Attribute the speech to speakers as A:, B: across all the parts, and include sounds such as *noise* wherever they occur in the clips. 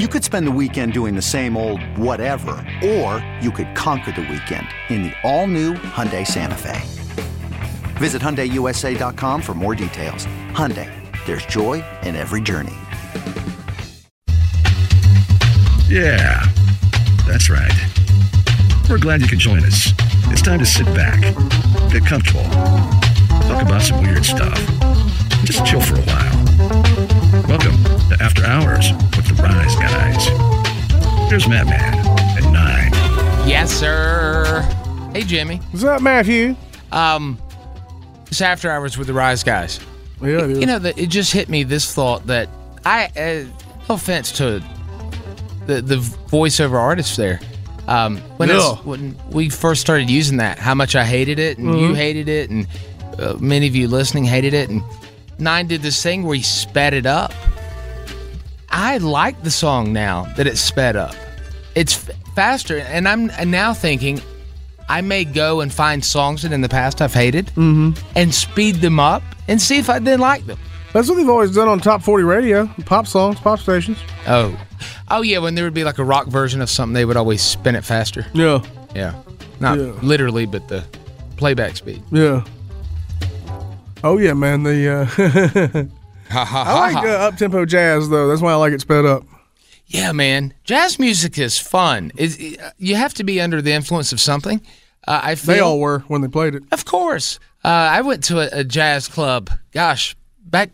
A: You could spend the weekend doing the same old whatever, or you could conquer the weekend in the all-new Hyundai Santa Fe. Visit HyundaiUSA.com for more details. Hyundai, there's joy in every journey.
B: Yeah, that's right. We're glad you could join us. It's time to sit back, get comfortable, talk about some weird stuff, and just chill for a while. Welcome to After Hours with the Rise Guys. Here's Madman at 9.
C: Yes, sir. Hey, Jimmy.
D: What's up, Matthew?
C: Um, it's after hours with the Rise Guys.
D: Yeah, it is.
C: You know, that it just hit me this thought that I, uh, no offense to the the voiceover artist there. Um, when, it's-
D: Ugh.
C: when we first started using that, how much I hated it, and you hated it, and uh, many of you listening hated it, and Nine did this thing where he sped it up. I like the song now that it's sped up. It's f- faster, and I'm now thinking I may go and find songs that in the past I've hated and speed them up and see if I didn't like them.
D: That's what they've always done on Top 40 Radio, pop songs, pop stations.
C: Oh, oh yeah, when there would be like a rock version of something, they would always spin it faster.
D: Yeah,
C: Yeah, not
D: Yeah.
C: literally, but the playback speed.
D: yeah. Oh yeah, man. *laughs* The
C: Ha ha
D: uh, I like uh, up tempo jazz though. That's why I like it sped up.
C: Yeah, man, jazz music is fun. Is uh, you have to be under the influence of something. Uh, I feel
D: They all were when they played it.
C: Of course. Uh, I went to a, a jazz club, gosh, back,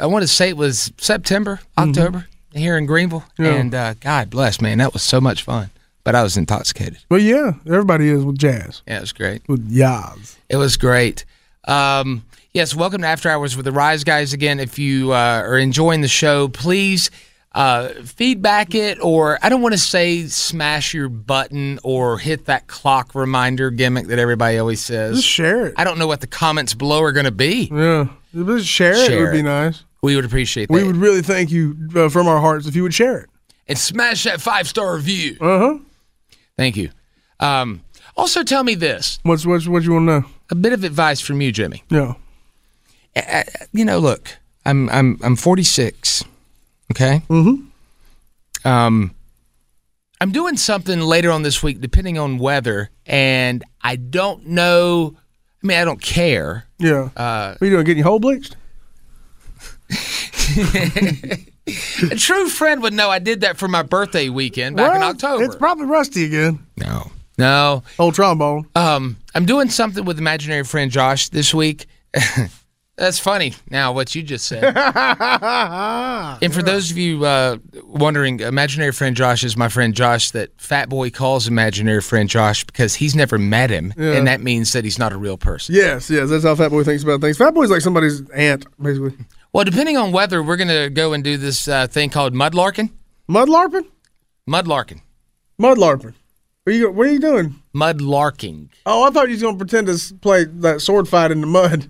C: I want to say it was September, October, here in Greenville.
D: Mm-hmm. Yeah.
C: And uh, God bless, man, that was so much fun. But I was intoxicated.
D: But yeah, everybody is with jazz,
C: Yeah, it was great.
D: with jazz.
C: It was great. Um, yes, welcome to After Hours with the Rise Guys again. If you uh, are enjoying the show, please uh, feedback it, or I don't want to say smash your button or hit that clock reminder gimmick that everybody always says.
D: Just share it.
C: I don't know what the comments below are going to be.
D: yeah, just share, it
C: Share
D: would be
C: it.
D: nice.
C: We would appreciate that.
D: We would really thank you uh, from our hearts if you would share it.
C: and smash that five star review. Uh huh.
D: Uh-huh.
C: Thank you. Um, also, tell me this
D: What's what's what you want to know?
C: a bit of advice from you, Jimmy.
D: Yeah.
C: You know, look, I'm I'm I'm 46. Okay. Mm-hmm.
D: Mm-hmm.
C: Um, I'm doing something later on this week, depending on weather, and I don't know. I mean, I don't care.
D: Yeah. what are you doing? Getting your hole bleached?
C: A true friend would know I did that for my birthday weekend back in
D: Well,
C: October.
D: It's probably rusty again.
C: no, no.
D: Old trombone.
C: Um, I'm doing something with imaginary friend Josh this week. *laughs* That's funny. Now what you just said. and for those of you uh, wondering, imaginary friend Josh is my friend Josh that Fat Boy calls imaginary friend Josh because he's never met him, and that means that he's not a real person.
D: Yes, yes, that's how Fat Boy thinks about things. Fat Boy's like somebody's aunt, basically.
C: Well, depending on weather, we're gonna go and do this uh, thing called mudlarking.
D: Mud larping,
C: Mudlarking.
D: mud larping. What are you What are you doing?
C: Mudlarking.
D: Oh, I thought you was gonna pretend to s- play that sword fight in the mud.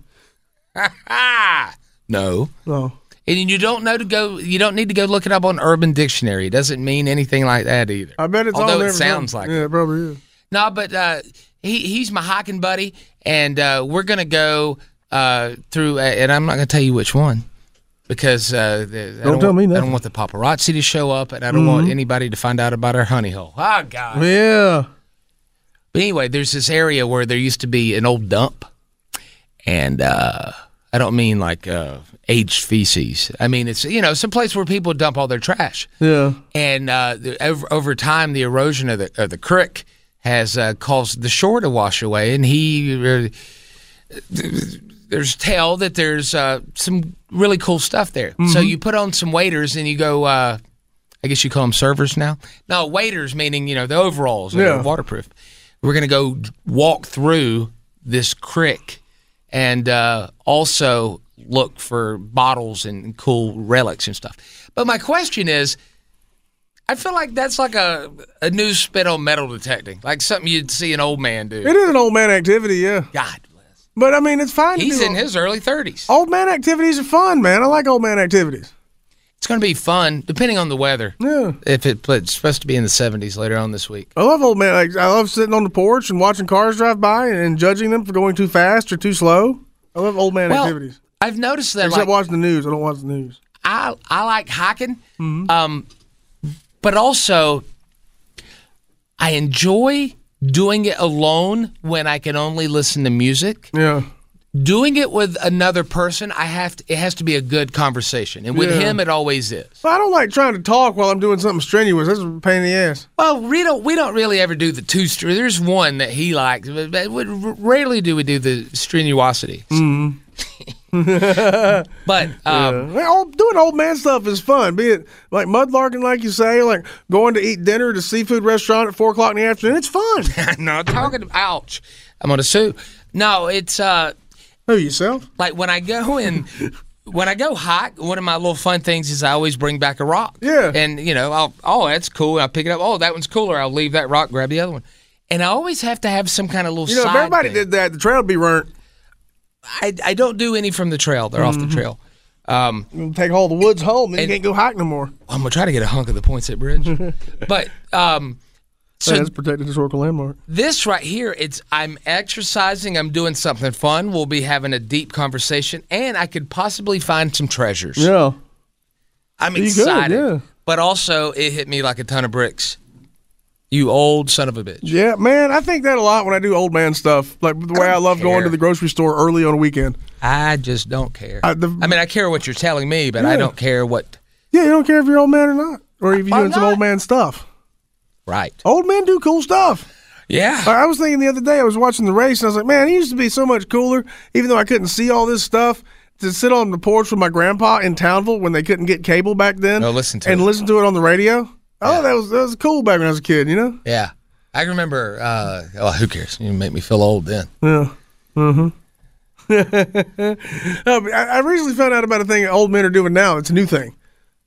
C: Ah. No.
D: No,
C: And you don't know to go. You don't need to go look it up on Urban Dictionary. It doesn't mean anything like that either.
D: I bet it's
C: Although
D: all
C: it
D: there for
C: sounds
D: them.
C: like
D: yeah,
C: it.
D: it probably is.
C: No, but uh, he he's my hiking buddy, and uh, we're gonna go uh, through. A, and I'm not gonna tell you which one because uh, the, I
D: Don't tell
C: want,
D: me
C: I
D: nothing. Mm-hmm.
C: don't want the paparazzi to show up, and I don't want anybody to find out about our honey hole. Oh God!
D: Yeah,
C: But anyway, there's this area where there used to be an old dump, and uh, I don't mean like uh, aged feces. I mean it's you know it's a place where people dump all their trash
D: yeah.
C: and uh, the, over, over time, the erosion of the of the creek has uh, caused the shore to wash away. And he uh, there's tell that there's uh, some really cool stuff there. So you put on some waiters and you go. Uh, I guess you call them servers now. No waiters, meaning you know the overalls, that
D: Yeah.
C: are waterproof. We're gonna go walk through this creek, and uh, also look for bottles and cool relics and stuff. But my question is, I feel like that's like a a new spin on metal detecting, like something you'd see an old man do.
D: It is an old man activity, yeah.
C: God bless.
D: But I mean, it's fine. to
C: He's
D: do
C: in
D: old-
C: his early thirties.
D: Old man activities are fun, man. I like old man activities.
C: It's going to be fun, depending on the weather.
D: Yeah.
C: If it, but it's supposed to be in the seventies later on this week.
D: I love old man. Like, I love sitting on the porch and watching cars drive by and judging them for going too fast or too slow. I love old man activities.
C: I've noticed that like,
D: Except watching the news. I don't watch the news.
C: I I like hiking, um, but also I enjoy doing it alone when I can only listen to music.
D: Yeah.
C: Doing it with another person, I have to, it has to be a good conversation, and with
D: Yeah.
C: him, it always is.
D: But I don't like trying to talk while I'm doing something strenuous. That's a pain in the ass.
C: Well, we don't we don't really ever do the two. str- There's one that he likes, but, but we- rarely do we do the strenuosity.
D: Mm-hmm. *laughs*
C: but um,
D: Man, old, doing old man stuff is fun. Be it like mudlarking, like you say, like going to eat dinner at a seafood restaurant at four o'clock in the afternoon. It's *laughs* fun.
C: *laughs* no, talking. Ouch! I'm gonna sue. No, it's uh.
D: Who yourself?
C: like when I go and when I go hike, one of my little fun things is I always bring back a rock.
D: Yeah.
C: And you know, I'll oh that's cool. I'll pick it up. Oh, that one's cooler. I'll leave that rock, grab the other one. And I always have to have some kind of little
D: You know, if
C: side
D: everybody
C: thing.
D: did that, the trail would be burnt.
C: I, I don't do any from the trail. They're
D: Mm-hmm.
C: off the trail. Um,
D: You'll take all the woods home, then you can't go hike no more.
C: I'm gonna try to get a hunk of the Poinsett
D: *laughs*
C: Bridge. but um so
D: That's protected historical landmark.
C: this right here, it's I'm exercising, I'm doing something fun, we'll be having a deep conversation, and I could possibly find some treasures.
D: Yeah.
C: I'm
D: You good,
C: excited.
D: yeah.
C: But also, it hit me like a ton of bricks. You old son of a bitch.
D: Yeah, man, I think that a lot when I do old man stuff. Like the way I, love going
C: care.
D: to the grocery store early on a weekend.
C: I just don't care.
D: Uh, the-
C: I mean, I care what you're telling me, but I
D: Yeah.
C: don't care what.
D: Yeah, you don't care if you're old man or not, or if you're
C: I'm
D: doing some
C: not.
D: old man stuff.
C: Right.
D: Old men do cool stuff.
C: Yeah.
D: I I was thinking the other day, I was watching the race, and I was like, man, it used to be so much cooler, even though I couldn't see all this stuff. To sit on the porch with my grandpa in Townville when they couldn't get cable back then,
C: No, Oh, listen to
D: and
C: it.
D: listen to it on the radio. Oh, that was that was cool back when I was a kid, you know. *laughs*
C: Yeah. I remember. Uh, oh, who cares? You make me feel old then.
D: No, but I, I recently found out about a thing old men are doing now. It's a new thing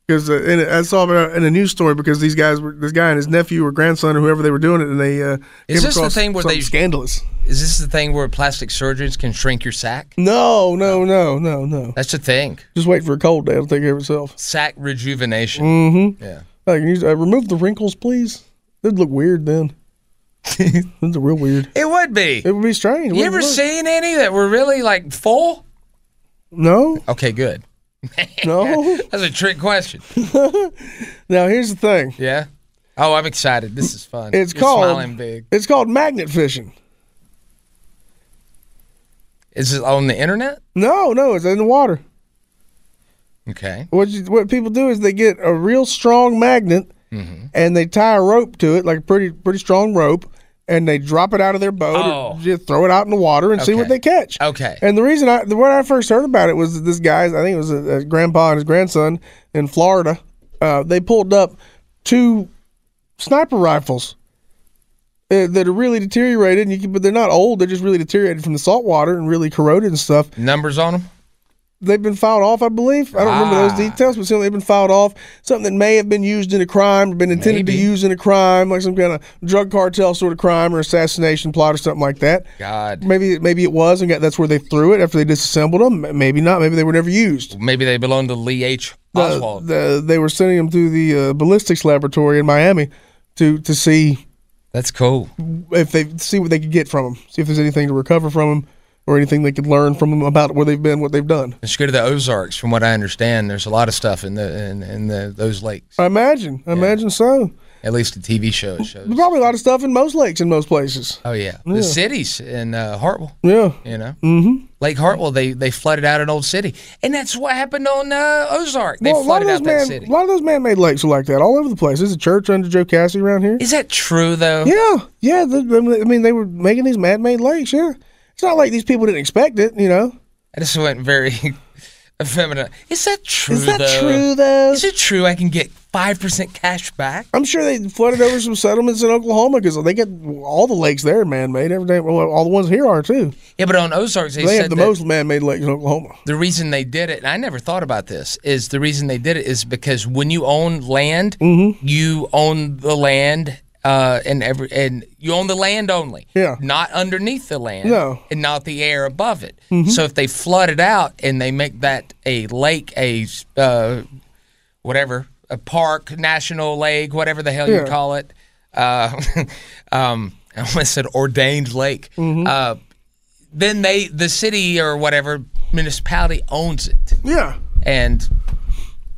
D: because uh, in a- I saw it in a news story because these guys were this guy and his nephew or grandson or whoever they were doing it, and they uh,
C: Is this
D: came
C: the
D: across
C: thing where
D: something
C: they-
D: scandalous?
C: Is this the thing where plastic surgeons can shrink your sack?
D: No, no, no, no, no.
C: That's the thing.
D: Just wait for a cold day; it'll take care of itself.
C: Sack rejuvenation. Yeah.
D: Like, you, uh, remove the wrinkles, please. It'd look weird then. It's real weird.
C: It would be.
D: It would be strange.
C: you ever
D: see?
C: seen any that were really like full?
D: No,
C: Okay, good. *laughs*
D: no.
C: That's a trick question.
D: now here's the thing.
C: Yeah. Oh, I'm excited. This is fun.
D: It's
C: You're
D: called
C: smiling big.
D: It's called magnet fishing.
C: Is it on the internet?
D: No, no, it's in the water.
C: Okay.
D: What you, what people do is they get a real strong magnet
C: Mm-hmm.
D: and they tie a rope to it, like a pretty pretty strong rope, and they drop it out of their boat,
C: Oh.
D: or just throw it out in the water and see what
C: Okay.
D: they catch.
C: Okay.
D: And the reason I the when I first heard about it was that this guy's I think it was a, a grandpa and his grandson in Florida. Uh, they pulled up two sniper rifles uh, that are really deteriorated, and you can, but they're not old; they're just really deteriorated from the salt water and really corroded and stuff
C: Numbers on them?
D: they've been filed off, I believe. I don't remember those details, but certainly they've been filed off. Something that may have been used in a crime, been intended to
C: Maybe.
D: use in a crime, like some kind of drug cartel sort of crime or assassination plot or something like that.
C: God.
D: Maybe maybe it was, and got- that's where they threw it after they disassembled them. M- Maybe not. Maybe they were never used.
C: Maybe they belong to Lee H.
D: The,
C: Oswald.
D: the- they were sending them through the uh, ballistics laboratory in Miami to to see
C: That's cool.
D: if they see what they could get from them, see if there's anything to recover from them or anything they could learn from them about where they've been, what they've done.
C: Let's go to the Ozarks. From what I understand, there's a lot of stuff in the in, in the those lakes.
D: I imagine. I imagine so.
C: At least the TV show it shows.
D: There's probably a lot of stuff in most lakes in most places.
C: Oh yeah, the cities in uh, Hartwell.
D: Yeah.
C: You know, mm-hmm. Lake Hartwell. They they flooded out an old city, and that's what happened on uh, Ozark. They
D: Well, a lot
C: flooded
D: of those
C: out that
D: man,
C: city.
D: a lot of those man-made lakes are like that all over the place. There's a church under Joe Cassie around here.
C: Is that true though?
D: yeah, yeah. The, the- I mean, they were making these man-made lakes. Yeah, it's not like these people didn't expect it. You know,
C: I just went very *laughs* effeminate. Is that true?
D: is that
C: though?
D: true though?
C: Is it true I can get five percent cash back.
D: I'm sure they flooded over some settlements in Oklahoma because they got all the lakes there man-made. Every day, well, all the ones here are too.
C: Yeah, but on Ozarks they,
D: They
C: said
D: have the
C: that
D: most man-made lakes in Oklahoma.
C: the reason they did it, and I never thought about this, is the reason they did it is because when you own land,
D: Mm-hmm.
C: you own the land. Uh, and every and you own the land only,
D: Yeah.
C: not underneath the land,
D: No.
C: and not the air above it. So if they flood it out and they make that a lake, a uh, whatever, a park, national lake, whatever the hell
D: Yeah.
C: you call it, uh, *laughs* um, I almost said ordained lake. Uh, then they the city or whatever municipality owns it
D: Yeah.
C: and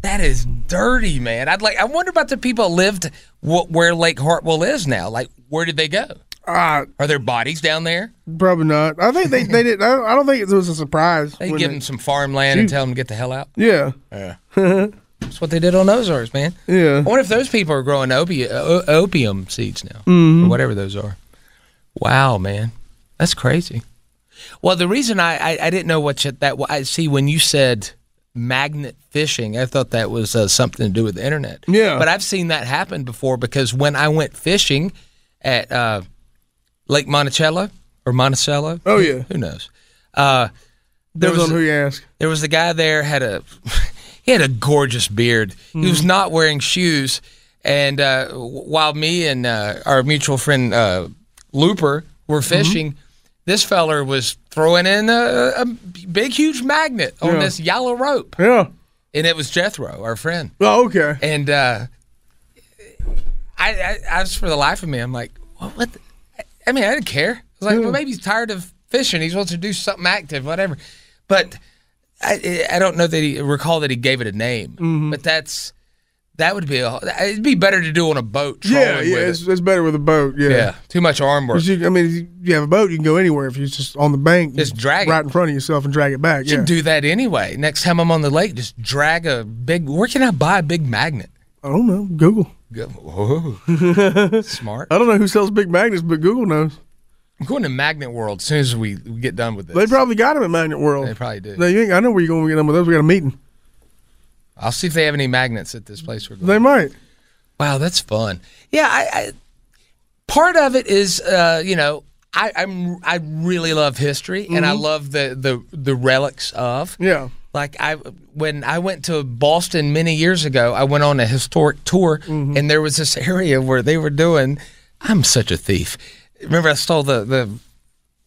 C: that is dirty man i'd like i wonder about the people who lived wh- where lake hartwell is now like where did they go
D: Uh,
C: are there bodies down there
D: probably not. I think they, they did. I don't, I don't think it was a surprise.
C: they
D: when
C: give
D: it-
C: them some farmland and tell them to get the hell out
D: Yeah.
C: that's what they did on ozarks man
D: Yeah.
C: i wonder if those people are growing opi- uh, o- opium seeds now
D: Mm-hmm.
C: or whatever those are wow man that's crazy well the reason i i, I didn't know what you, that wa- i see when you said magnet fishing i thought that was uh, something to do with the internet
D: Yeah.
C: but i've seen that happen before because when i went fishing at uh, lake monticello or monticello
D: Oh, yeah.
C: who knows uh, there
D: Depends
C: was
D: on who you ask.
C: there was a guy there had a *laughs* he had a gorgeous beard. He was not wearing shoes, and uh, w- while me and uh, our mutual friend uh, Looper were fishing, this feller was throwing in a, a big, huge magnet on
D: Yeah.
C: this yellow rope,
D: Yeah.
C: and it was Jethro, our friend,
D: Oh, okay.
C: and uh, I, I, I was for the life of me, I'm like, what? what the, I- I mean, I didn't care. I was like,
D: Hmm.
C: well, maybe he's tired of fishing. He wants to do something active, whatever. But I, I don't know that he recall that he gave it a name.
D: Mm-hmm.
C: But that's that would be a, it'd be better to do on a boat.
D: Yeah,
C: Trolling
D: yeah.
C: with
D: It's, it's better with a boat. Yeah.
C: it. yeah. Too much arm work.
D: 'Cause you- I mean, if you have a boat, you can go anywhere. If you're just on the bank,
C: Just drag it.
D: right in front of yourself and drag it back.
C: should
D: Yeah.
C: do that anyway. Next time I'm on the lake, just drag a big. Where can I buy a big magnet?
D: I don't know. Google.
C: Go,
D: *laughs*
C: whoa. Smart.
D: I don't know who sells big magnets, but Google knows.
C: I'm going to Magnet World as soon as we we get done with this.
D: They probably got them at Magnet World.
C: They probably do.
D: No, you ain't, I know where you're going to get them with those. We got a meeting.
C: I'll see if they have any magnets at this place we're going.
D: They might.
C: wow, that's fun. Yeah, I, I part of it is uh, you know I I'm, I really love history and I love the the the relics of
D: Mm-hmm. Yeah.
C: like I when I went to Boston many years ago, I went on a historic tour,
D: Mm-hmm.
C: and there was this area where they were doing. I'm such a thief. Remember, I stole the the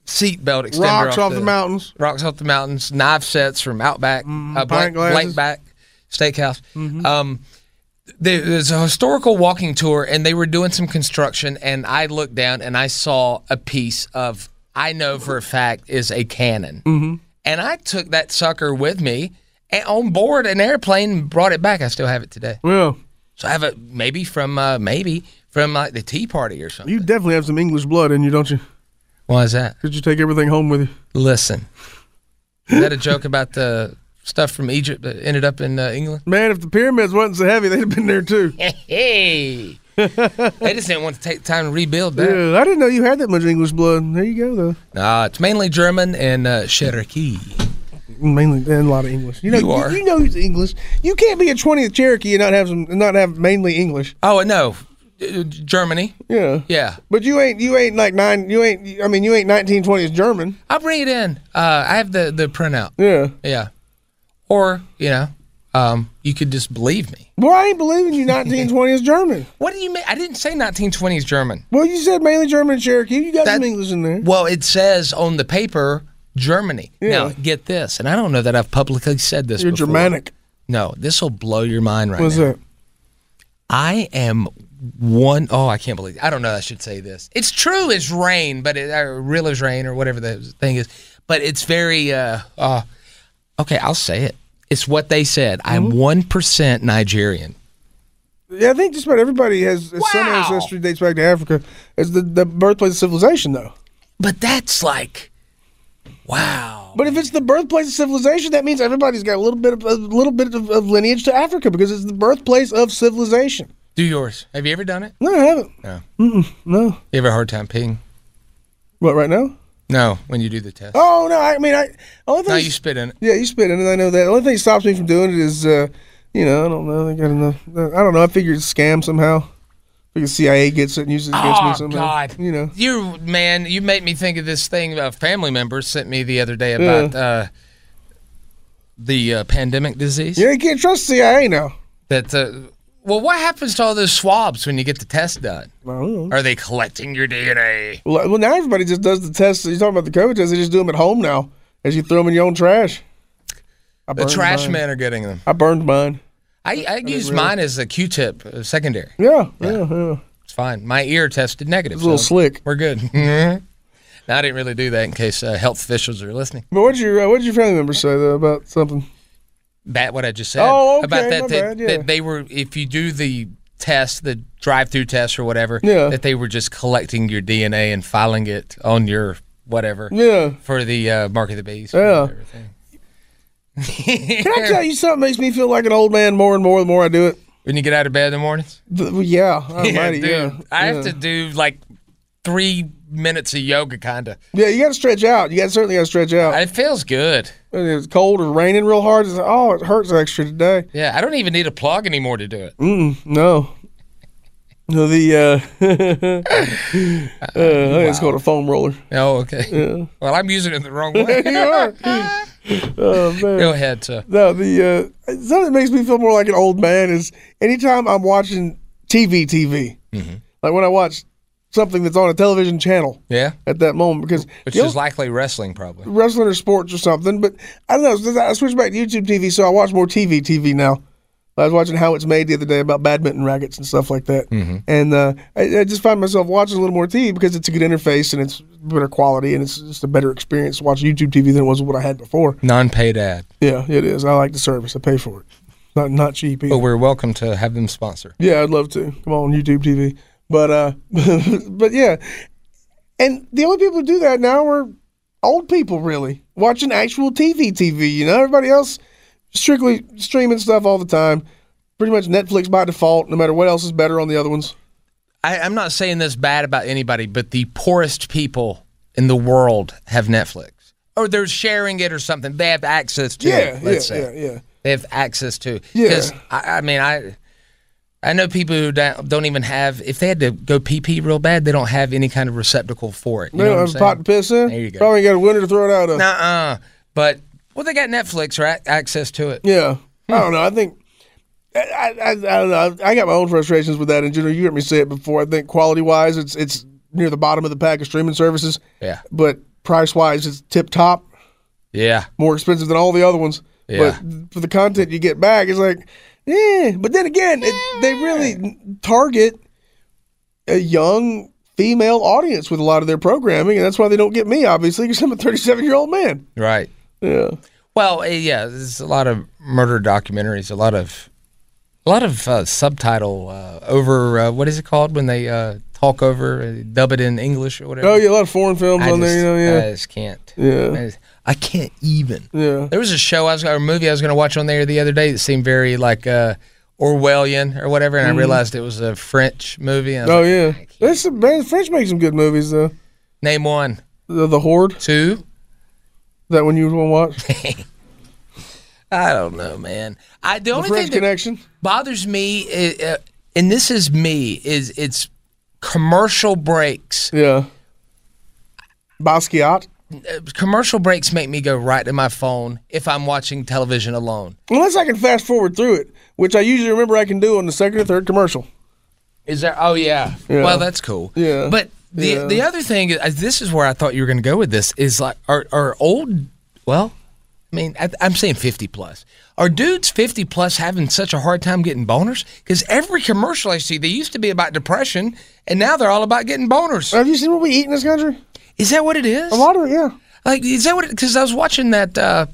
C: seatbelt extender
D: Rocks off the mountains.
C: rocks off the mountains, knife sets from Outback, uh, blank, blank
D: pint Mm-hmm. glasses. Mm-hmm.
C: back steakhouse. Um, there- there's a historical walking tour, and they were doing some construction, and I looked down and I saw a piece of I know for a fact is a cannon,
D: Mm-hmm.
C: and I took that sucker with me. And on board an airplane, and brought it back. I still have it today.
D: Yeah.
C: So I have it maybe from uh, maybe from like the Tea Party or something.
D: You definitely have some English blood in you, don't you?
C: Why is that?
D: Could you take everything home with you?
C: Listen, is that a joke about the stuff from Egypt that ended up in uh, England?
D: Man, if the pyramids wasn't so heavy, they'd have been there too.
C: Hey, *laughs* they just didn't want to take time to rebuild that.
D: Yeah, I didn't know you had that much English blood. There you go, though.
C: Nah, it's mainly German and uh, Cherokee.
D: Mainly, and a lot of English. You know,
C: You are.
D: You, know, he's English. You can't be a 20th Cherokee and not have some, and not have mainly English.
C: Oh, and no, uh, Germany.
D: Yeah.
C: Yeah,
D: But you ain't, you ain't like nine. You ain't. I mean, you ain't 1920s German.
C: I'll bring it in. Uh, I have the the printout.
D: Yeah.
C: Yeah, or you know, um, you could just believe me.
D: Well, I ain't believing you 1920s German.
C: What do you mean? I didn't say 1920s German.
D: Well, you said mainly German and Cherokee. You got
C: That-
D: some English in there.
C: Well, it says on the paper Germany. Now
D: Yeah.
C: get this, and I don't know that I've publicly said this.
D: You're
C: before.
D: Germanic.
C: No, this will blow your mind right
D: What's
C: now.
D: that?
C: I am one oh I can't believe I don't know. I should say this. It's true. It's rain, but it or real is rain or whatever the thing is. But it's very. Uh, uh, okay, I'll say it. It's what they said. I'm one percent Nigerian.
D: Yeah, I think just about everybody has has some
C: Wow.
D: ancestry dates back to Africa. It's the, the birthplace of civilization, though.
C: But that's like, wow.
D: But if it's the birthplace of civilization, that means everybody's got a little bit of a little bit of, of lineage to Africa because it's the birthplace of civilization.
C: Do yours. Have you ever done it?
D: No, I haven't.
C: No.
D: Mm-mm, no.
C: You have a hard time peeing?
D: What right now?
C: No, when you do the test.
D: Oh no! I mean, I only thing.
C: No, you spit in it.
D: yeah, you spit in it. I know that. The only thing that stops me from doing it is uh, you know, I don't know. They got enough. I don't know. I figured it's a scam somehow. Like the CIA gets it and uses it against me
C: Oh
D: somehow.
C: God!
D: You know.
C: you man, you made me think of this thing a family member sent me the other day about uh, the uh, pandemic disease.
D: Yeah, you can't trust CIA now.
C: That uh, well, what happens to all those swabs when you get the test done?
D: I don't know.
C: Are they collecting your DNA?
D: Well, well, now everybody just does the tests. You're talking about the COVID tests. They just do them at home now, as you throw them in your own trash. I
C: The
D: burned
C: trash
D: mine.
C: men are getting them.
D: I burned mine.
C: I, I use mine as a Q-tip, uh, secondary.
D: Yeah, yeah, yeah.
C: It's fine. My ear tested negative.
D: It's a little
C: so
D: slick.
C: We're good. *laughs* now, I didn't really do that in case uh, health officials are listening.
D: But what'd your uh, what'd your family members say though about something?
C: That what I just said
D: Oh, okay,
C: about that,
D: my
C: that,
D: bad, yeah.
C: that they were if you do the test, the drive-through test or whatever,
D: Yeah.
C: that they were just collecting your DNA and filing it on your whatever
D: Yeah.
C: for the uh, mark of the beast. or
D: Yeah.
C: whatever thing.
D: Can I tell you something that makes me feel like an old man more and more the more I do it?
C: When you get out of bed in the mornings.
D: The,
C: *laughs*
D: well, yeah, I might,
C: dude,
D: Oh, yeah,
C: I
D: yeah.
C: have to do like three minutes of yoga, kinda.
D: Yeah, you got to stretch out. You got certainly got to stretch out.
C: It feels good.
D: When it's cold or raining real hard. It's like, oh, it hurts extra today.
C: Yeah, I don't even need a plug anymore to do it.
D: Mm. No. No, the uh, *laughs* uh, I think it's called a foam roller. *laughs*
C: Oh, okay. Well, I'm using it the wrong way.
D: You are. oh man.
C: Go ahead. So.
D: No, the uh, something that makes me feel more like an old man is anytime I'm watching TV, TV,
C: Mm-hmm.
D: like when I watch something that's on a television channel
C: Yeah.
D: at that moment, because
C: Which
D: you know,
C: is likely wrestling, probably.
D: wrestling or sports or something. But I don't know. since I switched back to YouTube TV, so I watch more TV, TV now. I was watching How It's Made the other day about badminton rackets and stuff like that, and uh, I, I just find myself watching a little more TV because it's a good interface and it's better quality and it's just a better experience to watch YouTube TV than it was what I had before.
C: Non-paid ad,
D: Yeah, it is. I like the service. I pay for it. Not not cheap either.
C: but we're welcome to have them sponsor.
D: yeah, I'd love to. Come on YouTube TV. But uh *laughs* but yeah. And the only people who do that now are old people really. Watching actual TV TV, you know, everybody else strictly streaming stuff all the time. Pretty much Netflix by default, no matter what else is better on the other ones.
C: I, I'm not saying this bad about anybody, but the poorest people in the world have Netflix, or they're sharing it or something. They have access to
D: Yeah,
C: it.
D: yeah,
C: Let's
D: yeah,
C: say
D: yeah.
C: they have access to.
D: Yeah.
C: I, I mean, I. I know people who don't don't even have. If they had to go pee pee real bad, they don't have any kind of receptacle for it. You
D: You
C: know
D: know,
C: what I'm
D: a
C: saying?
D: pot to piss in.
C: There you go.
D: Probably got a winner to throw it out of.
C: Nuh-uh. But well, they got Netflix right? access to it.
D: Yeah,
C: Hmm.
D: I don't know. I think I, I, I don't know. I got my own frustrations with that in general. You heard me say it before. I think quality wise, it's it's near the bottom of the pack of streaming services.
C: Yeah.
D: but price wise, it's tip top.
C: Yeah.
D: More expensive than all the other ones.
C: Yeah.
D: But for the content you get back, it's like, yeah. But then again, it, they really target a young female audience with a lot of their programming, and that's why they don't get me, obviously, because I'm a 37 year old man.
C: Right.
D: Yeah.
C: Well, eh, yeah, there's a lot of murder documentaries, a lot of, a lot of uh, subtitle uh, over uh, what is it called when they uh, talk over, uh, dub it in English or whatever.
D: Oh yeah, a lot of foreign films
C: I
D: on
C: just, uh,
D: there. You know, yeah.
C: I just can't.
D: Yeah.
C: I, just- I can't even.
D: Yeah.
C: There was a show I was or a movie I was going to watch on there the other day that seemed very like uh, Orwellian or whatever, and I realized it was a French movie. And I was
D: Mm-hmm. Oh
C: like,
D: yeah. There's some man, French makes some good movies though.
C: Name one,
D: The, the Horde.
C: two.
D: That one you would want to watch.
C: I don't know, man. I the,
D: The
C: only
D: French
C: thing that
D: Connection.
C: bothers me, uh, uh, and this is me, is it's commercial breaks.
D: Yeah. Basquiat.
C: Uh, commercial breaks make me go right to my phone if I'm watching television alone.
D: Unless I can fast forward through it, which I usually remember I can do on the second or third commercial.
C: Is there? Oh yeah.
D: Yeah.
C: Well, that's cool.
D: Yeah.
C: But the
D: Yeah.
C: the other thing is, uh, this is where I thought you were going to go with this is like are are old. Well, I mean, I, I'm saying 50 plus. Are dudes 50 plus having such a hard time getting boners? Because every commercial I see, they used to be about depression, and now they're all about getting boners.
D: Have you seen what we eat in this country?
C: Is that what it is?
D: A lot of it, yeah.
C: Like, is that what? Because I was watching that uh,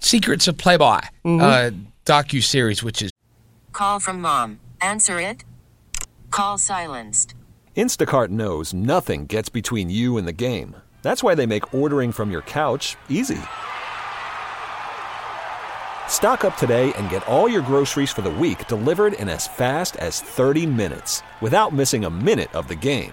C: Secrets of Playboy uh, docu series, which is
E: Call from mom. Answer it. Call silenced.
F: Instacart knows nothing gets between you and the game. That's why they make ordering from your couch easy. Stock up today and get all your groceries for the week delivered in as fast as 30 minutes without missing a minute of the game.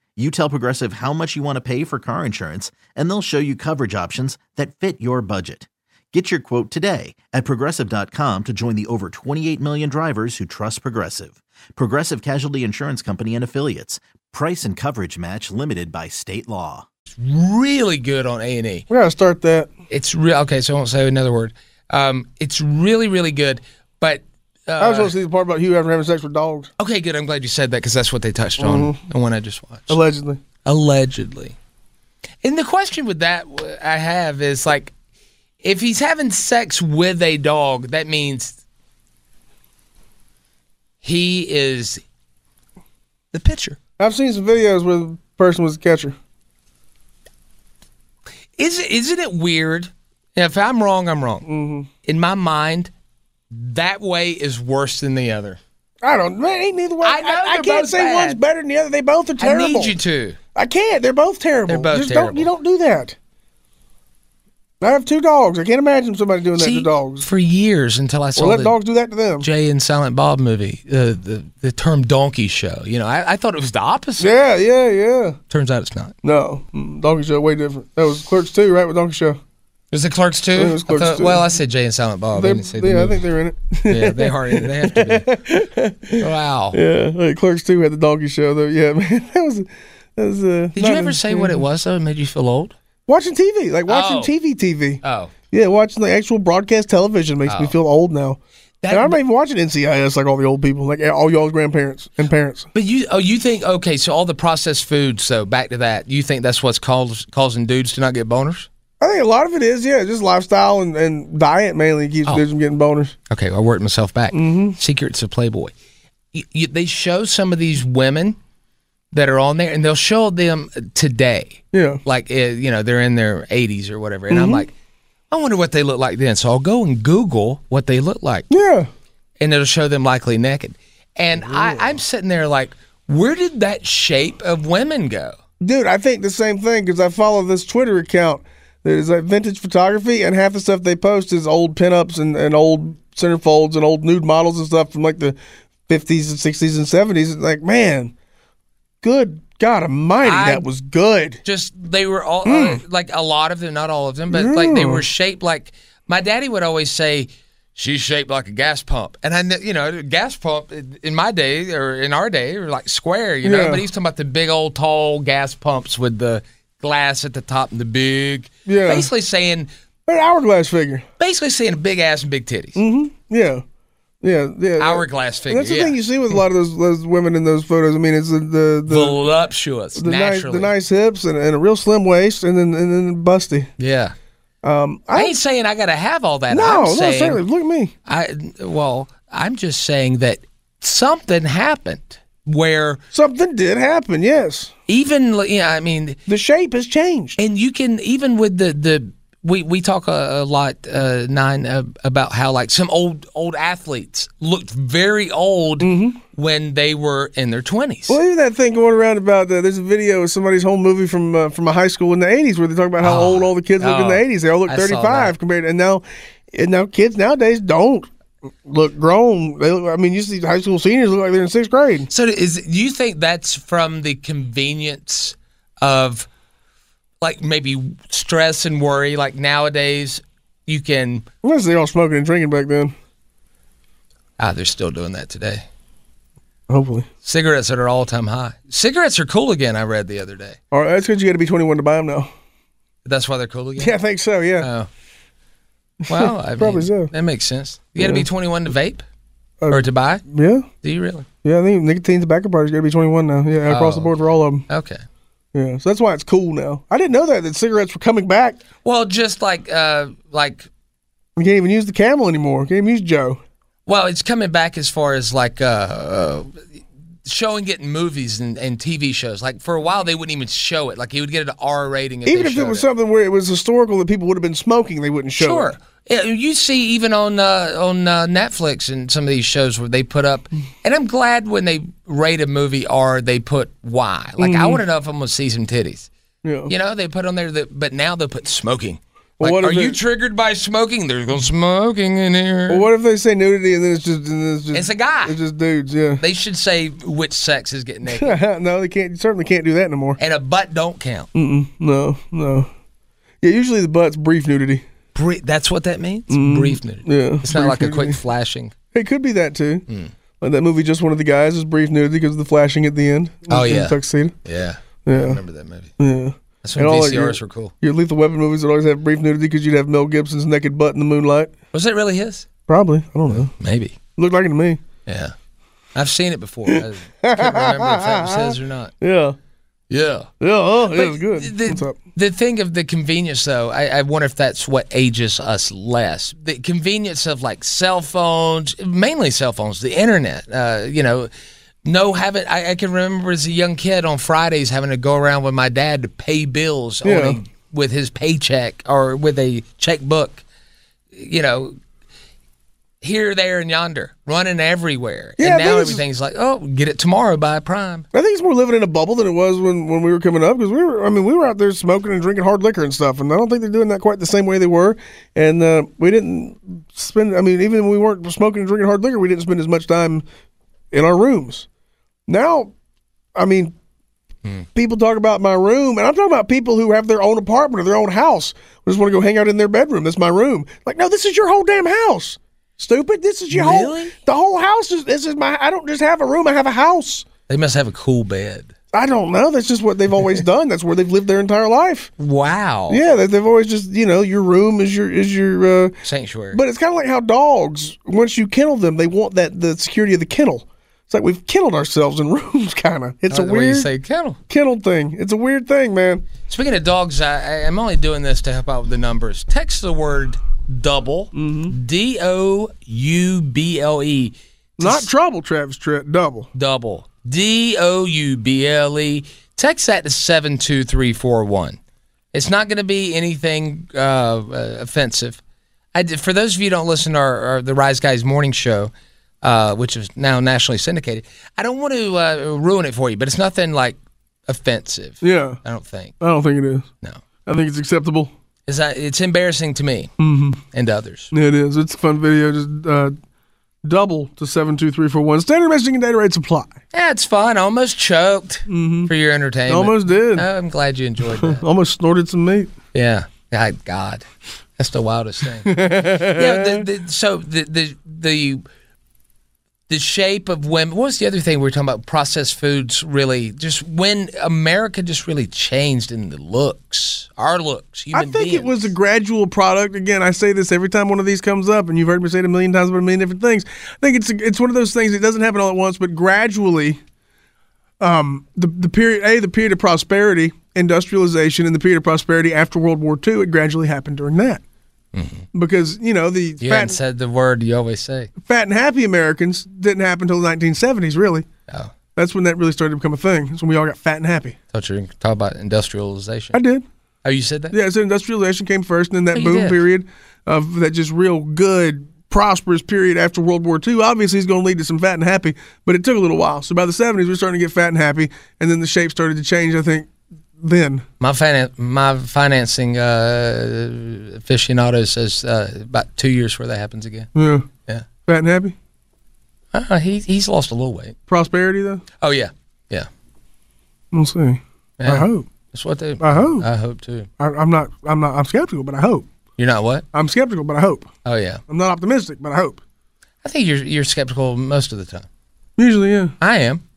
G: You tell Progressive how much you want to pay for car insurance, and they'll show you coverage options that fit your budget. Get your quote today at progressive.com to join the over 28 million drivers who trust Progressive. Progressive Casualty Insurance Company and Affiliates. Price and coverage match limited by state law.
C: Really good on A and E.
D: We gotta start that.
C: It's real. Okay, so I won't say another word. Um, it's really, really good. But
D: I was supposed to see the part about Hugh after having sex with dogs,
C: okay, good. I'm glad you said that because that's what they touched on the one I just watched.
D: allegedly.
C: allegedly. And the question with that w- I have is like, if he's having sex with a dog, that means he is the pitcher.
D: I've seen some videos where the person was the catcher.
C: Is isn't it weird? If I'm wrong, I'm wrong.
D: Mm-hmm.
C: In my mind, that way is worse than the other.
D: I don't. Man, ain't neither way.
C: I know
D: I,
C: they're
D: can't
C: both
D: say
C: bad.
D: one's better than the other. They both are terrible.
C: I need you to.
D: I can't. They're both terrible.
C: They're both
D: Just Don't,
C: terrible.
D: you don't do that. I have two dogs. I can't imagine somebody doing that
C: See,
D: to dogs.
C: for years until I saw
D: Or let
C: the
D: dogs do that to them.
C: Jay and Silent Bob movie, uh, the the term donkey show. You know, I, I thought it was the opposite.
D: Yeah, yeah, yeah.
C: Turns out it's not.
D: No, mm, Donkey Show way different. That was Clerks too, right? With Donkey Show,
C: Is it Clerks too?
D: Yeah, it was Clerks
C: I thought,
D: two.
C: Well, I said Jay and Silent Bob.
D: they,
C: I didn't see the
D: yeah, I
C: movie.
D: think they're in it. *laughs*
C: yeah, they are. They have to be. Wow.
D: Yeah, like Clerks too had the Donkey Show though. Yeah, *laughs* man, that was. That was uh,
C: Did you ever say what it was though? It made you feel old?
D: Watching TV, like watching
C: Oh.
D: TV, TV.
C: Oh,
D: Yeah, watching the actual broadcast television makes me feel old now.
C: That-
D: and I'm not even watching NCIS like all the old people, like all y'all's grandparents and parents.
C: but you oh you think okay? So all the processed foods. So back to that. You think that's what's caus causing dudes to not get boners?
D: I think a lot of it is, yeah, just lifestyle and, and diet mainly keeps
C: Oh.
D: dudes from getting boners.
C: Okay, I worked myself back. Secrets of Playboy. You, you, they show some of these women that are on there, and they'll show them today.
D: Yeah.
C: Like, uh, you know, they're in their 80s or whatever. And I'm like, I wonder what they look like then. So I'll go and Google what they look like,
D: Yeah.
C: and it'll show them likely naked. And I, I'm sitting there like, where did that shape of women go?
D: Dude, I think the same thing because I follow this Twitter account that is like vintage photography, and half the stuff they post is old pinups and, and old centerfolds and old nude models and stuff from like the 50s and 60s and 70s. It's like, man, good God Almighty,
C: I-
D: that was good.
C: just they were all
D: Hmm.
C: uh, like a lot of them, not all of them, but like they were shaped like my daddy would always say, "She's shaped like a gas pump," and I, kn- you know, a gas pump in in my day or in our day were like square, you know.
D: Yeah.
C: But he's talking about the big old tall gas pumps with the glass at the top and the big,
D: Yeah.
C: basically saying,
D: An hourglass figure.
C: basically saying a big ass and big titties,
D: Yeah. Yeah. Yeah.
C: hourglass
D: And
C: figure,
D: Mm-hmm. that's the
C: yeah.
D: thing you see with a lot of those, those women in those photos. I mean, it's the the, the,
C: voluptuous,
D: the nice,
C: naturally,
D: the nice hips and, and a real slim waist, and then and then busty. Um,
C: yeah. I, ain't saying I gotta have all that.
D: No,
C: I'm
D: no,
C: saying,
D: certainly. Look at me.
C: I well, I'm just saying that something happened where
D: Something did happen. Yes,
C: even yeah, I mean,
D: the shape has changed.
C: and you can even with the the we we talk a, a lot uh, nine uh, about how like some old old athletes looked very old when they were in their 20s.
D: Well, even that thing going around about the, there's a video of somebody's whole movie from uh, from a high school in the '80s where they talk about how old all the kids look in the
C: oh,
D: '80s. They all look
C: I saw
D: 35
C: that.
D: compared, and now and now kids nowadays don't look grown. They look, I mean, you see high school seniors look like they're in sixth grade.
C: So is do you think that's from the convenience of like maybe stress and worry like nowadays you can
D: Unless they're all smoking and drinking back then.
C: ah they're still doing that today.
D: Hopefully.
C: Cigarettes are at an all time high. Cigarettes are cool again, I read the other day.
D: All right, that's because you got to be 21 to buy them now. *laughs*
C: That's why they're cool again?
D: Yeah, I think so. Yeah,
C: Oh. Well, I
D: Probably *laughs*
C: mean,
D: so.
C: That makes sense. You got to be 21 to vape
D: Uh,
C: or to buy?
D: yeah.
C: Do you really?
D: Yeah, I think nicotine tobacco products got to be 21 now. Yeah,
C: Oh.
D: across the board for all of them.
C: Okay.
D: Yeah, so that's why it's cool now. I didn't know that that cigarettes were coming back.
C: Well, just like uh like
D: You can't even use the Camel anymore. You can't even use Joe.
C: well, it's coming back as far as like uh, uh showing it in movies and, and TV shows. Like for a while they wouldn't even show it. Like you would get an R rating if
D: even
C: they
D: if it
C: showed
D: was something where it was historical that people would have been smoking, they wouldn't show
C: Sure.
D: it.
C: Yeah, you see, even on uh, on uh, Netflix and some of these shows where they put up,
D: Mm-hmm.
C: and I'm glad when they rate a movie R, they put Y. Like
D: Mm-hmm.
C: I want to know if I'm gonna see some titties.
D: Yeah.
C: You know, they put on there that, but now they put smoking. Like,
D: Well, what
C: are
D: if
C: you
D: it-
C: triggered by smoking? There's no smoking in here.
D: Well, what if they say nudity and then it's just, and then it's, just
C: It's a guy.
D: It's just dudes. Yeah. *laughs*
C: They should say which sex is getting naked,
D: no, they can't. You certainly can't do that no more.
C: and a butt don't count.
D: Mm. No, no. Yeah, usually the butt's brief nudity.
C: Brie- that's what that means.
D: Mm-hmm.
C: Brief nudity.
D: Yeah,
C: It's not
D: brief
C: like a quick
D: *laughs*
C: Hmm.
D: nudity.
C: flashing.
D: It could be that too. Like that movie, just one of the guys is brief nudity because of the flashing at the end.
C: Oh,
D: In the
C: yeah.
D: tuxedo.
C: Yeah. I
D: Yeah,
C: remember that
D: *laughs*
C: movie.
D: yeah.
C: That's when
D: And all of
C: VCRs
D: your-
C: were cool.
D: Your lethal weapon movies would always have brief nudity because you'd have Mel Gibson's naked butt in the moonlight.
C: Was it really his?
D: Probably. I don't know.
C: Maybe.
D: Looked like it to me.
C: Yeah. I've seen it before. I couldn't remember if that was his or not.
D: Yeah.
C: Yeah.
D: Yeah. Oh, yeah. It was good.
C: The,
D: What's up?
C: the thing of the convenience, though, I, I wonder if that's what ages us less. The convenience of like cell phones, mainly cell phones, the internet, uh, you know. No, having I, I can remember as a young kid on Fridays having to go around with my dad to pay bills on a-
D: Yeah.
C: with his paycheck or with a checkbook, you know, here, there, and yonder, running everywhere.
D: Yeah, I
C: and
D: think
C: now
D: it's-
C: everything's like, oh, get it tomorrow by Prime.
D: I think it's more living in a bubble than it was when, when we were coming up because we were I mean we were out there smoking and drinking hard liquor and stuff and I don't think they're doing that quite the same way they were and uh, we didn't spend I mean even when we weren't smoking and drinking hard liquor we didn't spend as much time in our rooms now I mean people talk about my room and I'm talking about people who have their own apartment or their own house who just want to go hang out in their bedroom that's my room like no this is your whole damn house stupid this is your whole
C: Really?
D: the whole house is this is my I don't just have a room I have a house.
C: They must have a cool bed.
D: I don't know. That's just what
C: *laughs*
D: they've always done. That's where they've lived their entire life.
C: Wow.
D: Yeah, that they've always just you know your room is your is your. Uh,
C: Sanctuary.
D: but it's kind of like how dogs once you kennel them, they want that the security of the kennel. It's like we've kenneled ourselves in *laughs* rooms, kind of. It's
C: I
D: a
C: like the way you
D: weird
C: say kennel.
D: kennel thing. It's a weird thing, man.
C: Speaking of dogs, I, I, am only doing this to help out with the numbers. Text the word double,
D: Mm-hmm.
C: D O U B L E,
D: Not trouble, Travis Tritt. Double.
C: double, D O U B L E. Text that to 72341. It's not going to be anything uh, uh, offensive. I did, for those of you who don't listen to our, our the Rise Guys morning show, uh, which is now nationally syndicated, I don't want to uh, ruin it for you, but it's nothing like offensive.
D: Yeah,
C: I don't think.
D: I don't think it is.
C: No.
D: I think it's acceptable.
C: Is that it's embarrassing to me mm-hmm. and to others.
D: It is. It's a fun video. Just uh, double to seven two three four one. Standard messaging and data rates apply.
C: Yeah, it's fun. I Almost choked for your entertainment.
D: Mm-hmm. Almost did.
C: Oh, I'm glad you enjoyed
D: *laughs*
C: that.
D: Almost snorted some meat.
C: yeah. God, God, that's the wildest
D: *laughs*
C: thing. yeah. The, the, so the the the the shape of women. What was the other thing we were talking about? Processed foods really just when America just really changed in the looks, our looks. Human
D: I think it
C: beings.
D: was a gradual product. Again, I say this every time one of these comes up, and you've heard me say it a million times about a million different things. I think it's it's one of those things. It doesn't happen all at once, but gradually, um, the the period a the period of prosperity, industrialization, and the period of prosperity after World War II, it gradually happened during that.
C: Mm-hmm.
D: Because you know the
C: You
D: fat,
C: hadn't said the word you always say.
D: fat and happy Americans didn't happen until the 1970s. Really,
C: Oh.
D: that's when that really started to become a thing. That's when we all got fat and happy.
C: Thought you were talking about industrialization.
D: I did.
C: Oh, you said that.
D: Yeah, so industrialization came first, and then that
C: you
D: boom
C: did.
D: period of that just real good, prosperous period after World War II obviously is going to lead to some fat and happy, but it took a little while. So by the 70s, we we're starting to get fat and happy, and then the shape started to change, I think, then.
C: My finan- my financing uh, aficionado says uh, about two years before that happens again.
D: Yeah.
C: Yeah.
D: Fat and happy?
C: Uh, he he's lost a little weight.
D: Prosperity, though?
C: Oh yeah, yeah.
D: We'll see. I
C: Yeah.
D: hope.
C: That's what they.
D: I hope.
C: I hope too.
D: I, I'm not, I'm not, I'm skeptical, but I hope.
C: You're not what?
D: I'm skeptical, but I hope.
C: Oh yeah.
D: I'm not optimistic, but I hope.
C: I think you're you're skeptical most of the time.
D: Usually, yeah.
C: I am.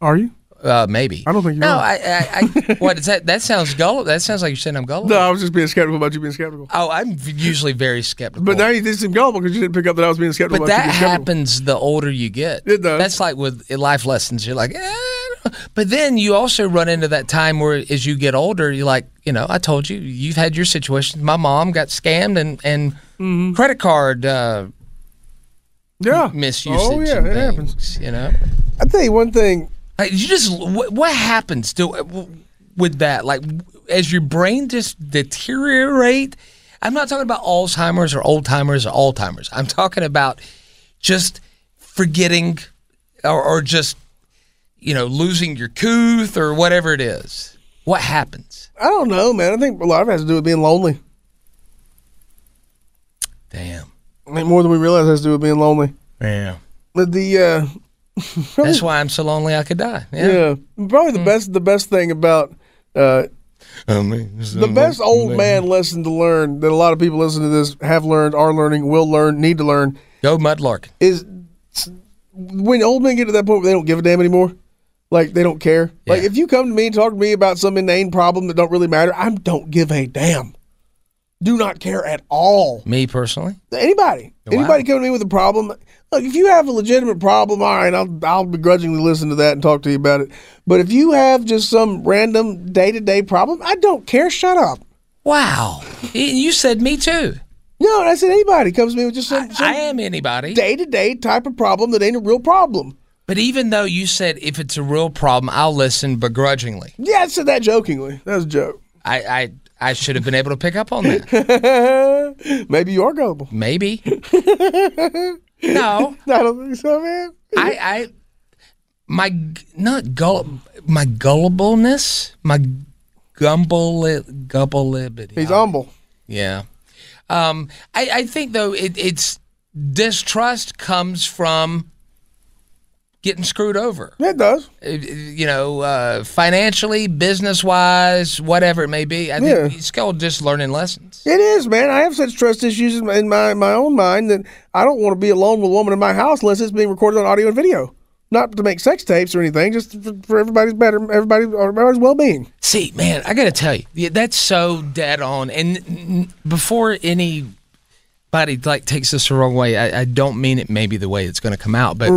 D: Are you?
C: Uh, maybe.
D: I don't think you
C: No,
D: are.
C: I, I, I *laughs* what is that? That sounds gullible. That sounds like you're saying I'm gullible.
D: No, I was just being skeptical about you being skeptical.
C: Oh, I'm usually very skeptical.
D: But now you did seem gullible because you didn't pick up that I was being skeptical
C: But
D: about
C: that
D: you being skeptical.
C: happens the older you get.
D: It does.
C: That's like with life lessons. You're like, eh. I don't know." but then you also run into that time where, as you get older, you're like, you know, I told you, you've had your situation. My mom got scammed and and
D: Mm-hmm.
C: credit card uh,
D: Yeah.
C: misuse.
D: Oh, yeah,
C: and
D: it happens.
C: things, You know,
D: I tell you one thing.
C: like, you just what, what happens to uh, with that? Like, as your brain just deteriorate. I'm not talking about Alzheimer's or old timers or old timers. I'm talking about just forgetting or, or just you know losing your cooth or whatever it is what happens
D: I don't know, man. I think a lot of it has to do with being lonely.
C: damn
D: I mean, more than we realize has to do with being lonely.
C: yeah
D: But the uh,
C: that's why i'm so lonely i could die yeah, Hmm.
D: yeah, probably the best the best thing about uh,
C: I mean,
D: the best old man lesson to learn that a lot of people listen to this have learned, are learning, will learn, need to learn
C: go mudlarkin
D: is when old men get to that point where they don't give a damn anymore. Like they don't care. Like
C: Yeah.
D: if you come to me and talk to me about some inane problem that don't really matter, I don't give a damn. Do not care at all.
C: me personally
D: Anybody, anybody coming to me with a problem, look, if you have a legitimate problem, all right, I'll, I'll begrudgingly listen to that and talk to you about it. But if you have just some random day to day problem, I don't care. Shut up.
C: wow you said me too
D: No, and I said anybody comes to me with just some
C: i am anybody
D: day to day type of problem that ain't a real problem.
C: but even though you said if it's a real problem i'll listen begrudgingly
D: Yeah, I said that jokingly. That was a joke. *laughs*
C: i i, I should have been able to pick up on that
D: Maybe you are gullible.
C: maybe no
D: I don't think so, man.
C: I, I, my g- not gullible, my gullibleness, my gumble gullibility.
D: He's humble.
C: Yeah. Um, I, I think though it, it's distrust comes from getting screwed over.
D: It does.
C: Uh, You know, uh, financially, business wise, whatever it may be. I think
D: Yeah.
C: it's called just learning lessons.
D: It is, man. I have such trust issues in my, in my my own mind that I don't want to be alone with a woman in my house unless it's being recorded on audio and video. Not to make sex tapes or anything, just for, for everybody's better, everybody, everybody's well being.
C: See, man, I gotta tell you, yeah, that's so dead on. And n- before anybody like takes this the wrong way, I, I don't mean it maybe the way it's gonna come out, but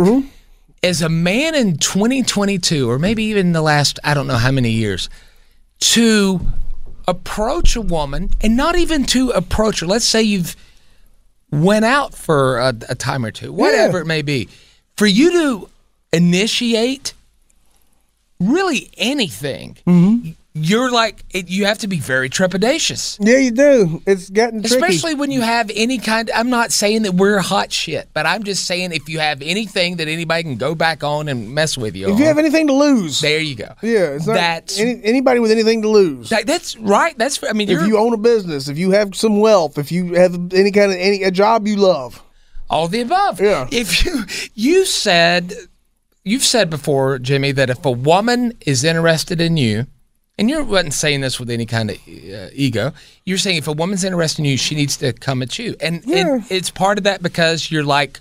C: as a man in 2022, or maybe even the last I don't know how many years, to approach a woman and not even to approach her. Let's say you've went out for a, a time or two, whatever it may be, for you to initiate really anything you're like it, you have to be very trepidatious
D: Yeah, you do. It's gotten tricky.
C: especially when you have any kind i'm not saying that we're hot shit but i'm just saying if you have anything that anybody can go back on and mess with you
D: if
C: on,
D: you have anything to lose.
C: there you go
D: yeah, it's not
C: that's
D: any, anybody with anything to lose.
C: that- that's right that's i mean
D: if
C: you're-
D: you own a business, if you have some wealth, if you have any kind of any a job you love,
C: all the above
D: Yeah.
C: if you you said you've said before jimmy that if a woman is interested in you and you wasn't saying this with any kind of uh, ego you're saying if a woman's interested in you she needs to come at you and, and it's part of that because you're like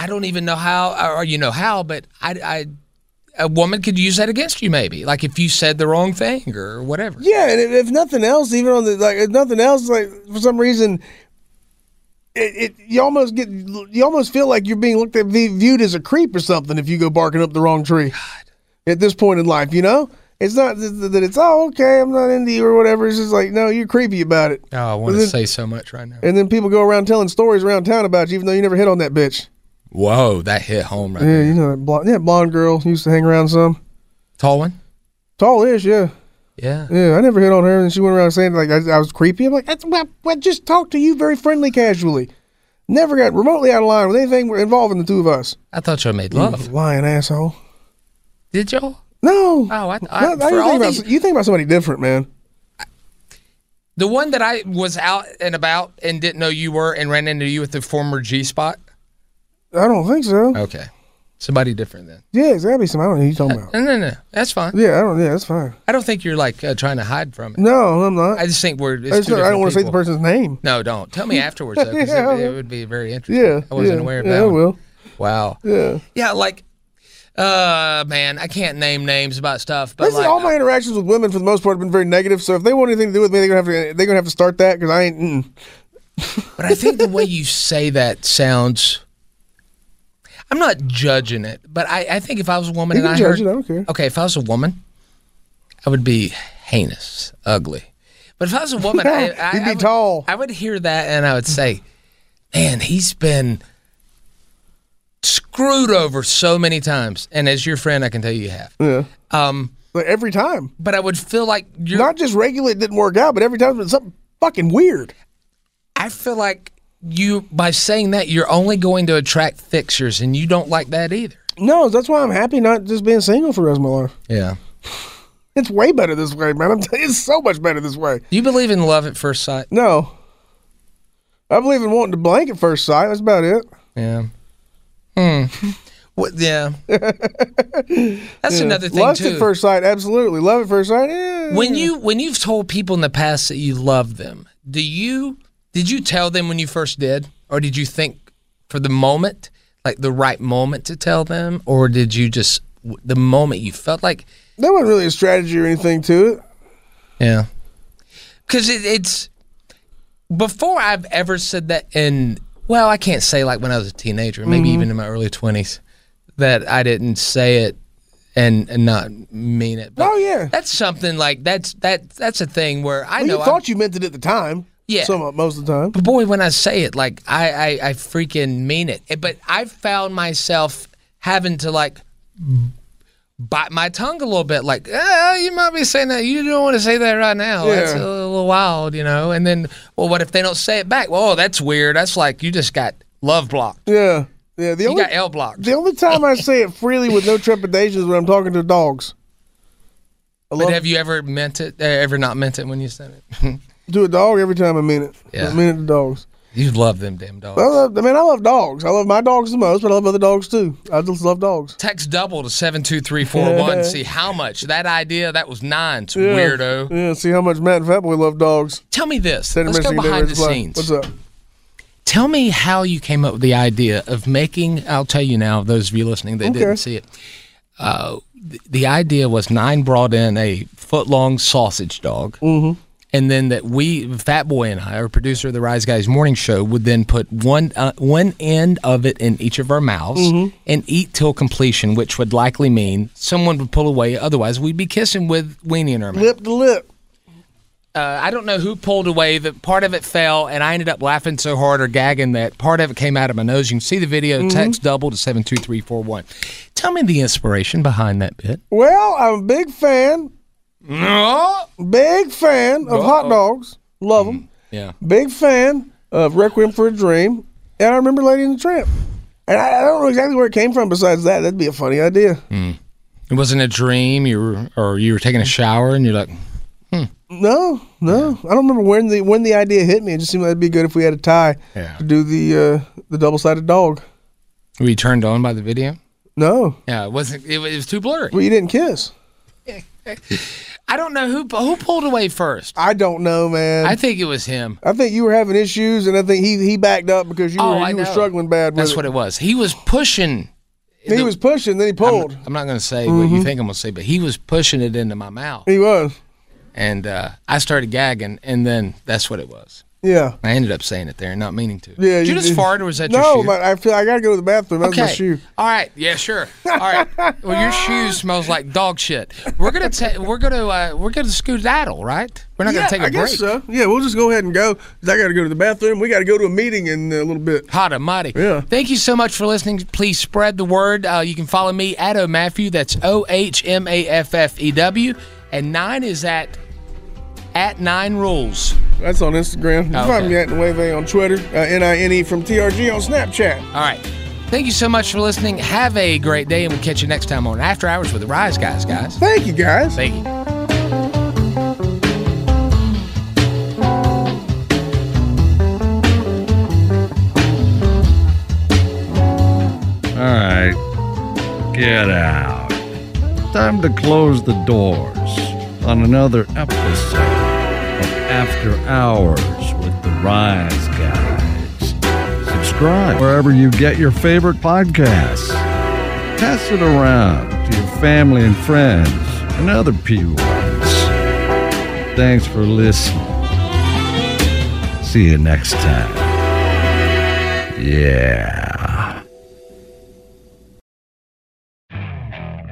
C: i don't even know how or you know how but i i a woman could use that against you maybe like if you said the wrong thing or whatever
D: Yeah, and if, if nothing else, even on the like, if nothing else, like for some reason, it, it you almost get you almost feel like you're being looked at viewed as a creep or something if you go barking up the wrong tree. At this point in life, you know, it's not th- th- that it's oh okay, I'm not into you or whatever. It's just like no, you're creepy about it.
C: oh i want
D: And
C: to
D: then-
C: say so much right now
D: And then people go around telling stories around town about you, even though you never hit on that bitch.
C: whoa that hit home right
D: Yeah,
C: there
D: you know that blonde, that blonde girl who used to hang around some.
C: tall one
D: Tallish, yeah,
C: yeah
D: yeah. I never hit on her, and she went around saying like I, I was creepy. I'm like, that's, well, I just talked to you very friendly, casually. Never got remotely out of line with anything involving the two of us.
C: i thought you made
D: You
C: love
D: lying asshole.
C: Did y'all?
D: No.
C: Oh, I-
D: No,
C: I-
D: now
C: for
D: you,
C: all
D: think about,
C: these-
D: you think about somebody different, man.
C: The one that I was out and about and didn't know you were and ran into you at the former G spot.
D: I don't think so.
C: Okay, somebody different then.
D: Yeah, it's gotta be somebody. I don't know who you talking about.
C: No, no, no. That's fine.
D: Yeah, I don't. Yeah, that's fine.
C: I don't think you're like uh, trying to hide from it.
D: No, I'm not.
C: I just think we're. It's
D: I, just-
C: two
D: I don't
C: want to
D: say the person's name.
C: No, don't tell
D: *laughs*
C: me afterwards though, 'cause
D: Yeah,
C: it,
D: okay.
C: it would be very interesting.
D: Yeah,
C: I wasn't
D: yeah,
C: aware of
D: yeah,
C: that.
D: I
C: one.
D: will.
C: Wow.
D: Yeah.
C: Yeah, like Uh, man, I can't name names about stuff, but
D: Basically,
C: like,
D: all my interactions with women, for the most part, have been very negative. So if they want anything to do with me, they're gonna have to they're gonna have to start that because I ain't. Mm.
C: But I think the way you say that sounds. I'm not judging it, but I, I think if I was a woman
D: You
C: and
D: can
C: I
D: judge
C: heard,
D: it, I don't care.
C: Okay, if I was a woman, I would be heinous, ugly. But if I was a woman, I, I,
D: *laughs* You'd be
C: I would,
D: tall.
C: I would hear that and I would say, "Man, he's been screwed over so many times." And as your friend, I can tell you, you have.
D: Yeah.
C: Um,
D: Like every time,
C: but I would feel like you're.
D: not just regularly it didn't work out, but every time it's been something fucking weird.
C: I feel like you by saying that you're only going to attract fixers, and you don't like that either.
D: No, that's why I'm happy not just being single for the rest of my life.
C: Yeah.
D: It's way better this way, man. I'm telling you, it's so much better this way.
C: Do you believe in love at first sight?
D: No, I believe in wanting to blank at first sight. That's about it.
C: Yeah. Hmm. What? Yeah. That's another thing
D: Lust
C: too.
D: at first sight, absolutely. Love at first sight. eh.
C: when you when you've told people in the past that you love them, do you did you tell them when you first did, or did you think for the moment, like the right moment to tell them, or did you just w- the moment you felt like
D: there wasn't really a strategy or anything to it.
C: Yeah. Because it, it's before I've ever said that in, well, I can't say like when I was a teenager, maybe
D: Mm-hmm.
C: even in my early 20s, that I didn't say it and, and not mean it.
D: Oh, yeah.
C: That's something like that's that that's a thing where I
D: Well,
C: know
D: you
C: I-
D: thought you meant it at the time.
C: Yeah.
D: somewhat most of the time.
C: but boy, when I say it, like I, I, I freaking mean it. Eh, But I found myself having to like b- bite my tongue a little bit. Like, eh, you might be saying that you don't want to say that right now. That's a
D: Yeah.
C: little wild, you know. And then, well, what if they don't say it back? Well, oh, that's weird. That's like you just got love blocked.
D: Yeah, yeah. The
C: You
D: only
C: got L blocked.
D: the only time I say it freely with no trepidation is when I'm talking to dogs. I
C: But
D: love
C: have you ever meant it? eh, Ever not meant it when you said it? *laughs*
D: to a dog every time I mean it.
C: Yeah.
D: I mean it to dogs.
C: you love them damn
D: I
C: dogs.
D: love. I mean, I love dogs. I love my dogs the most, but I love other dogs too. I just love dogs.
C: Text double to seven two three four one.
D: *laughs*
C: See how much that idea that was nine weirdo.
D: Yeah. See how much Matt and Fatboy love dogs.
C: Tell me this.
D: Send a
C: Let's go
D: message to
C: behind the
D: David's Black.
C: scenes.
D: What's up?
C: Tell me how you came up with the idea of making. I'll tell you now. Those of you listening that didn't
D: Okay.
C: see it, uh, the, the idea was nine brought in a foot long sausage dog, mm-hmm. and then that we, Fat Boy and I, our producer of the Rise Guys Morning Show, would then put one uh, one end of it in each of our mouths
D: Mm-hmm.
C: and eat till completion, which would likely mean someone would pull away. Otherwise, we'd be kissing with weenie in our mouth
D: Lip to lip.
C: uh, I don't know who pulled away, but part of it fell, and I ended up laughing so hard or gagging that part of it came out of my nose. You can see the video,
D: Mm-hmm.
C: text double to 72341. Tell me the inspiration behind that
D: *laughs*
C: bit.
D: Well, I'm a big fan. Big fan of hot dogs.
C: Mm.
D: Love them.
C: Yeah.
D: Big fan of Requiem for a Dream. And I remember Lady and the Tramp. And I, I don't know exactly where it came from besides that. That'd be a funny idea.
C: Hmm. It wasn't a dream, you were, or you were taking a shower, and you're like,
D: No, no. I don't remember when the when the idea hit me. It just seemed like it'd be good if we had a tie
C: Yeah.
D: to do the uh, the double sided dog.
C: were you turned on by the video?
D: No.
C: Yeah, it wasn't. It, was- it was too blurry.
D: Well you didn't kiss.
C: I don't know who who pulled away first.
D: I don't know, man.
C: I
D: I,
C: think it was him.
D: think you were having issues and I think he he backed up because you
C: Oh,
D: were
C: I
D: you were
C: know.
D: struggling bad with
C: That's what it was. He was pushing.
D: He was pushing, then he pulled. Mm-hmm.
C: I'm not going to say what you think I'm going to say, but he was pushing it into my mouth.
D: he was.
C: and uh, I started gagging, and then that's what it was.
D: Yeah.
C: I ended up saying it there, not meaning to.
D: Yeah.
C: did you,
D: you-
C: just fart, or was that
D: No,
C: your shoe?
D: but I feel I gotta go to the bathroom. That's my
C: okay.
D: shoe.
C: All right. Yeah. Sure. All right. well, your shoe smells like dog shit. We're gonna ta- we're gonna uh, we're gonna skedaddle, right? We're not
D: yeah,
C: gonna take a
D: I
C: break.
D: guess so. Yeah, we'll just go ahead and go. 'cause I got to go to the bathroom. We got to go to a meeting in a little bit.
C: Hot Almighty.
D: Yeah.
C: Thank you so much for listening. Please spread the word. Uh, you can follow me at O'Maffew. That's O H M A F F E W. And nine is at at nine rules.
D: That's on Instagram. You can
C: Oh,
D: find
C: okay.
D: me at Nueve on Twitter. Uh, N I N E from TRG on Snapchat.
C: All right. Thank you so much for listening. Have a great day, and we'll catch you next time on After Hours with the Rise Guys, guys.
D: Thank you guys.
C: Thank you.
B: All right. Get out. Time to close the doors on another episode of After Hours with the Rise Guys. Subscribe wherever you get your favorite podcasts. Pass it around to your family and friends and other P1s. Thanks for listening. See you next time. Yeah.